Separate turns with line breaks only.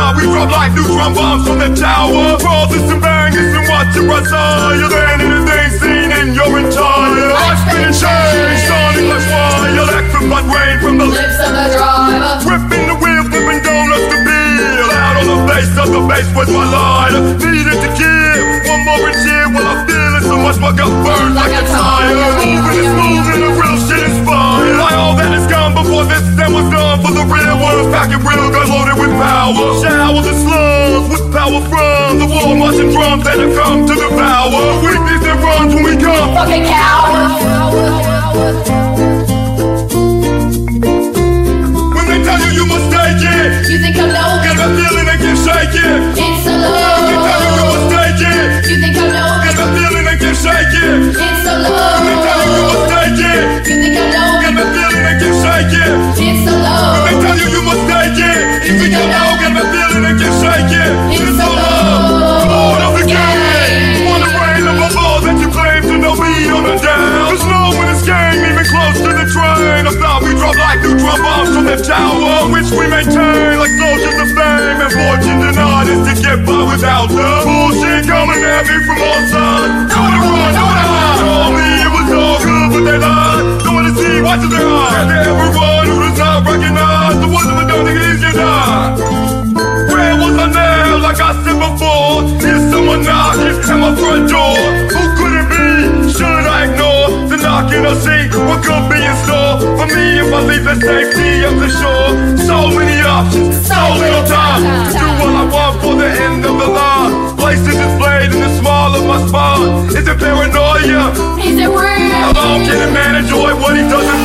Five neutron bombs from the tower. Pauses and bangers and watch it rise higher than anything seen in your entire life. Been changed, sonic like wire, electrified rain from the
Lips of the driver.
Gripping the wheel, flipping donuts to feel Out on the face of the face with my lighter Needed to give one more and cheer While I feel it so much, I got burned like a tire Moving is moving, the real shit is fire Like all that is gone before this then was done For the real world, packing real guns loaded with power Showers and slugs with power from The war marching drums that have come to devour Weakness that runs when we come
Fucking cowards.
When they tell you you must take it
You think I'm no
Get
good?
that feeling and get shaking
It's a
They tell you you
low.
must take it
You think I'm no
Get
good?
the feeling and keep shaking.
It's a
They tell you you
low.
must take it.
You think I'm no
Get the
good?
feeling and keep shaking.
It's a
They
low.
tell you you must take it. If you don't know, get the feeling and keep shaking. It's the love, Lord of the game. Wanna reign of a law that you claim to know me on the down. There's no one in this game even close to the train. I thought we drop like neutron bombs from the tower, which we maintain like soldiers of fame and fortune denied is to get by without the bullshit coming at me from all sides. Don't wanna run, don't wanna hide. Told me it was all good, but they lied. Don't wanna see, watch their eyes. And everyone who does not recognize the wisdom of don't think it is your die. Where was I now? Like I said before, here's someone knocking at my front door. Who could it be? Should I ignore the knocking or see what could be in store for me if I leave at safety of the shore? So many options, so little time to do what I want for the end of the line. Places displayed in the small of my spine. Is it paranoia?
Is it real?
How long can a man enjoy what he doesn't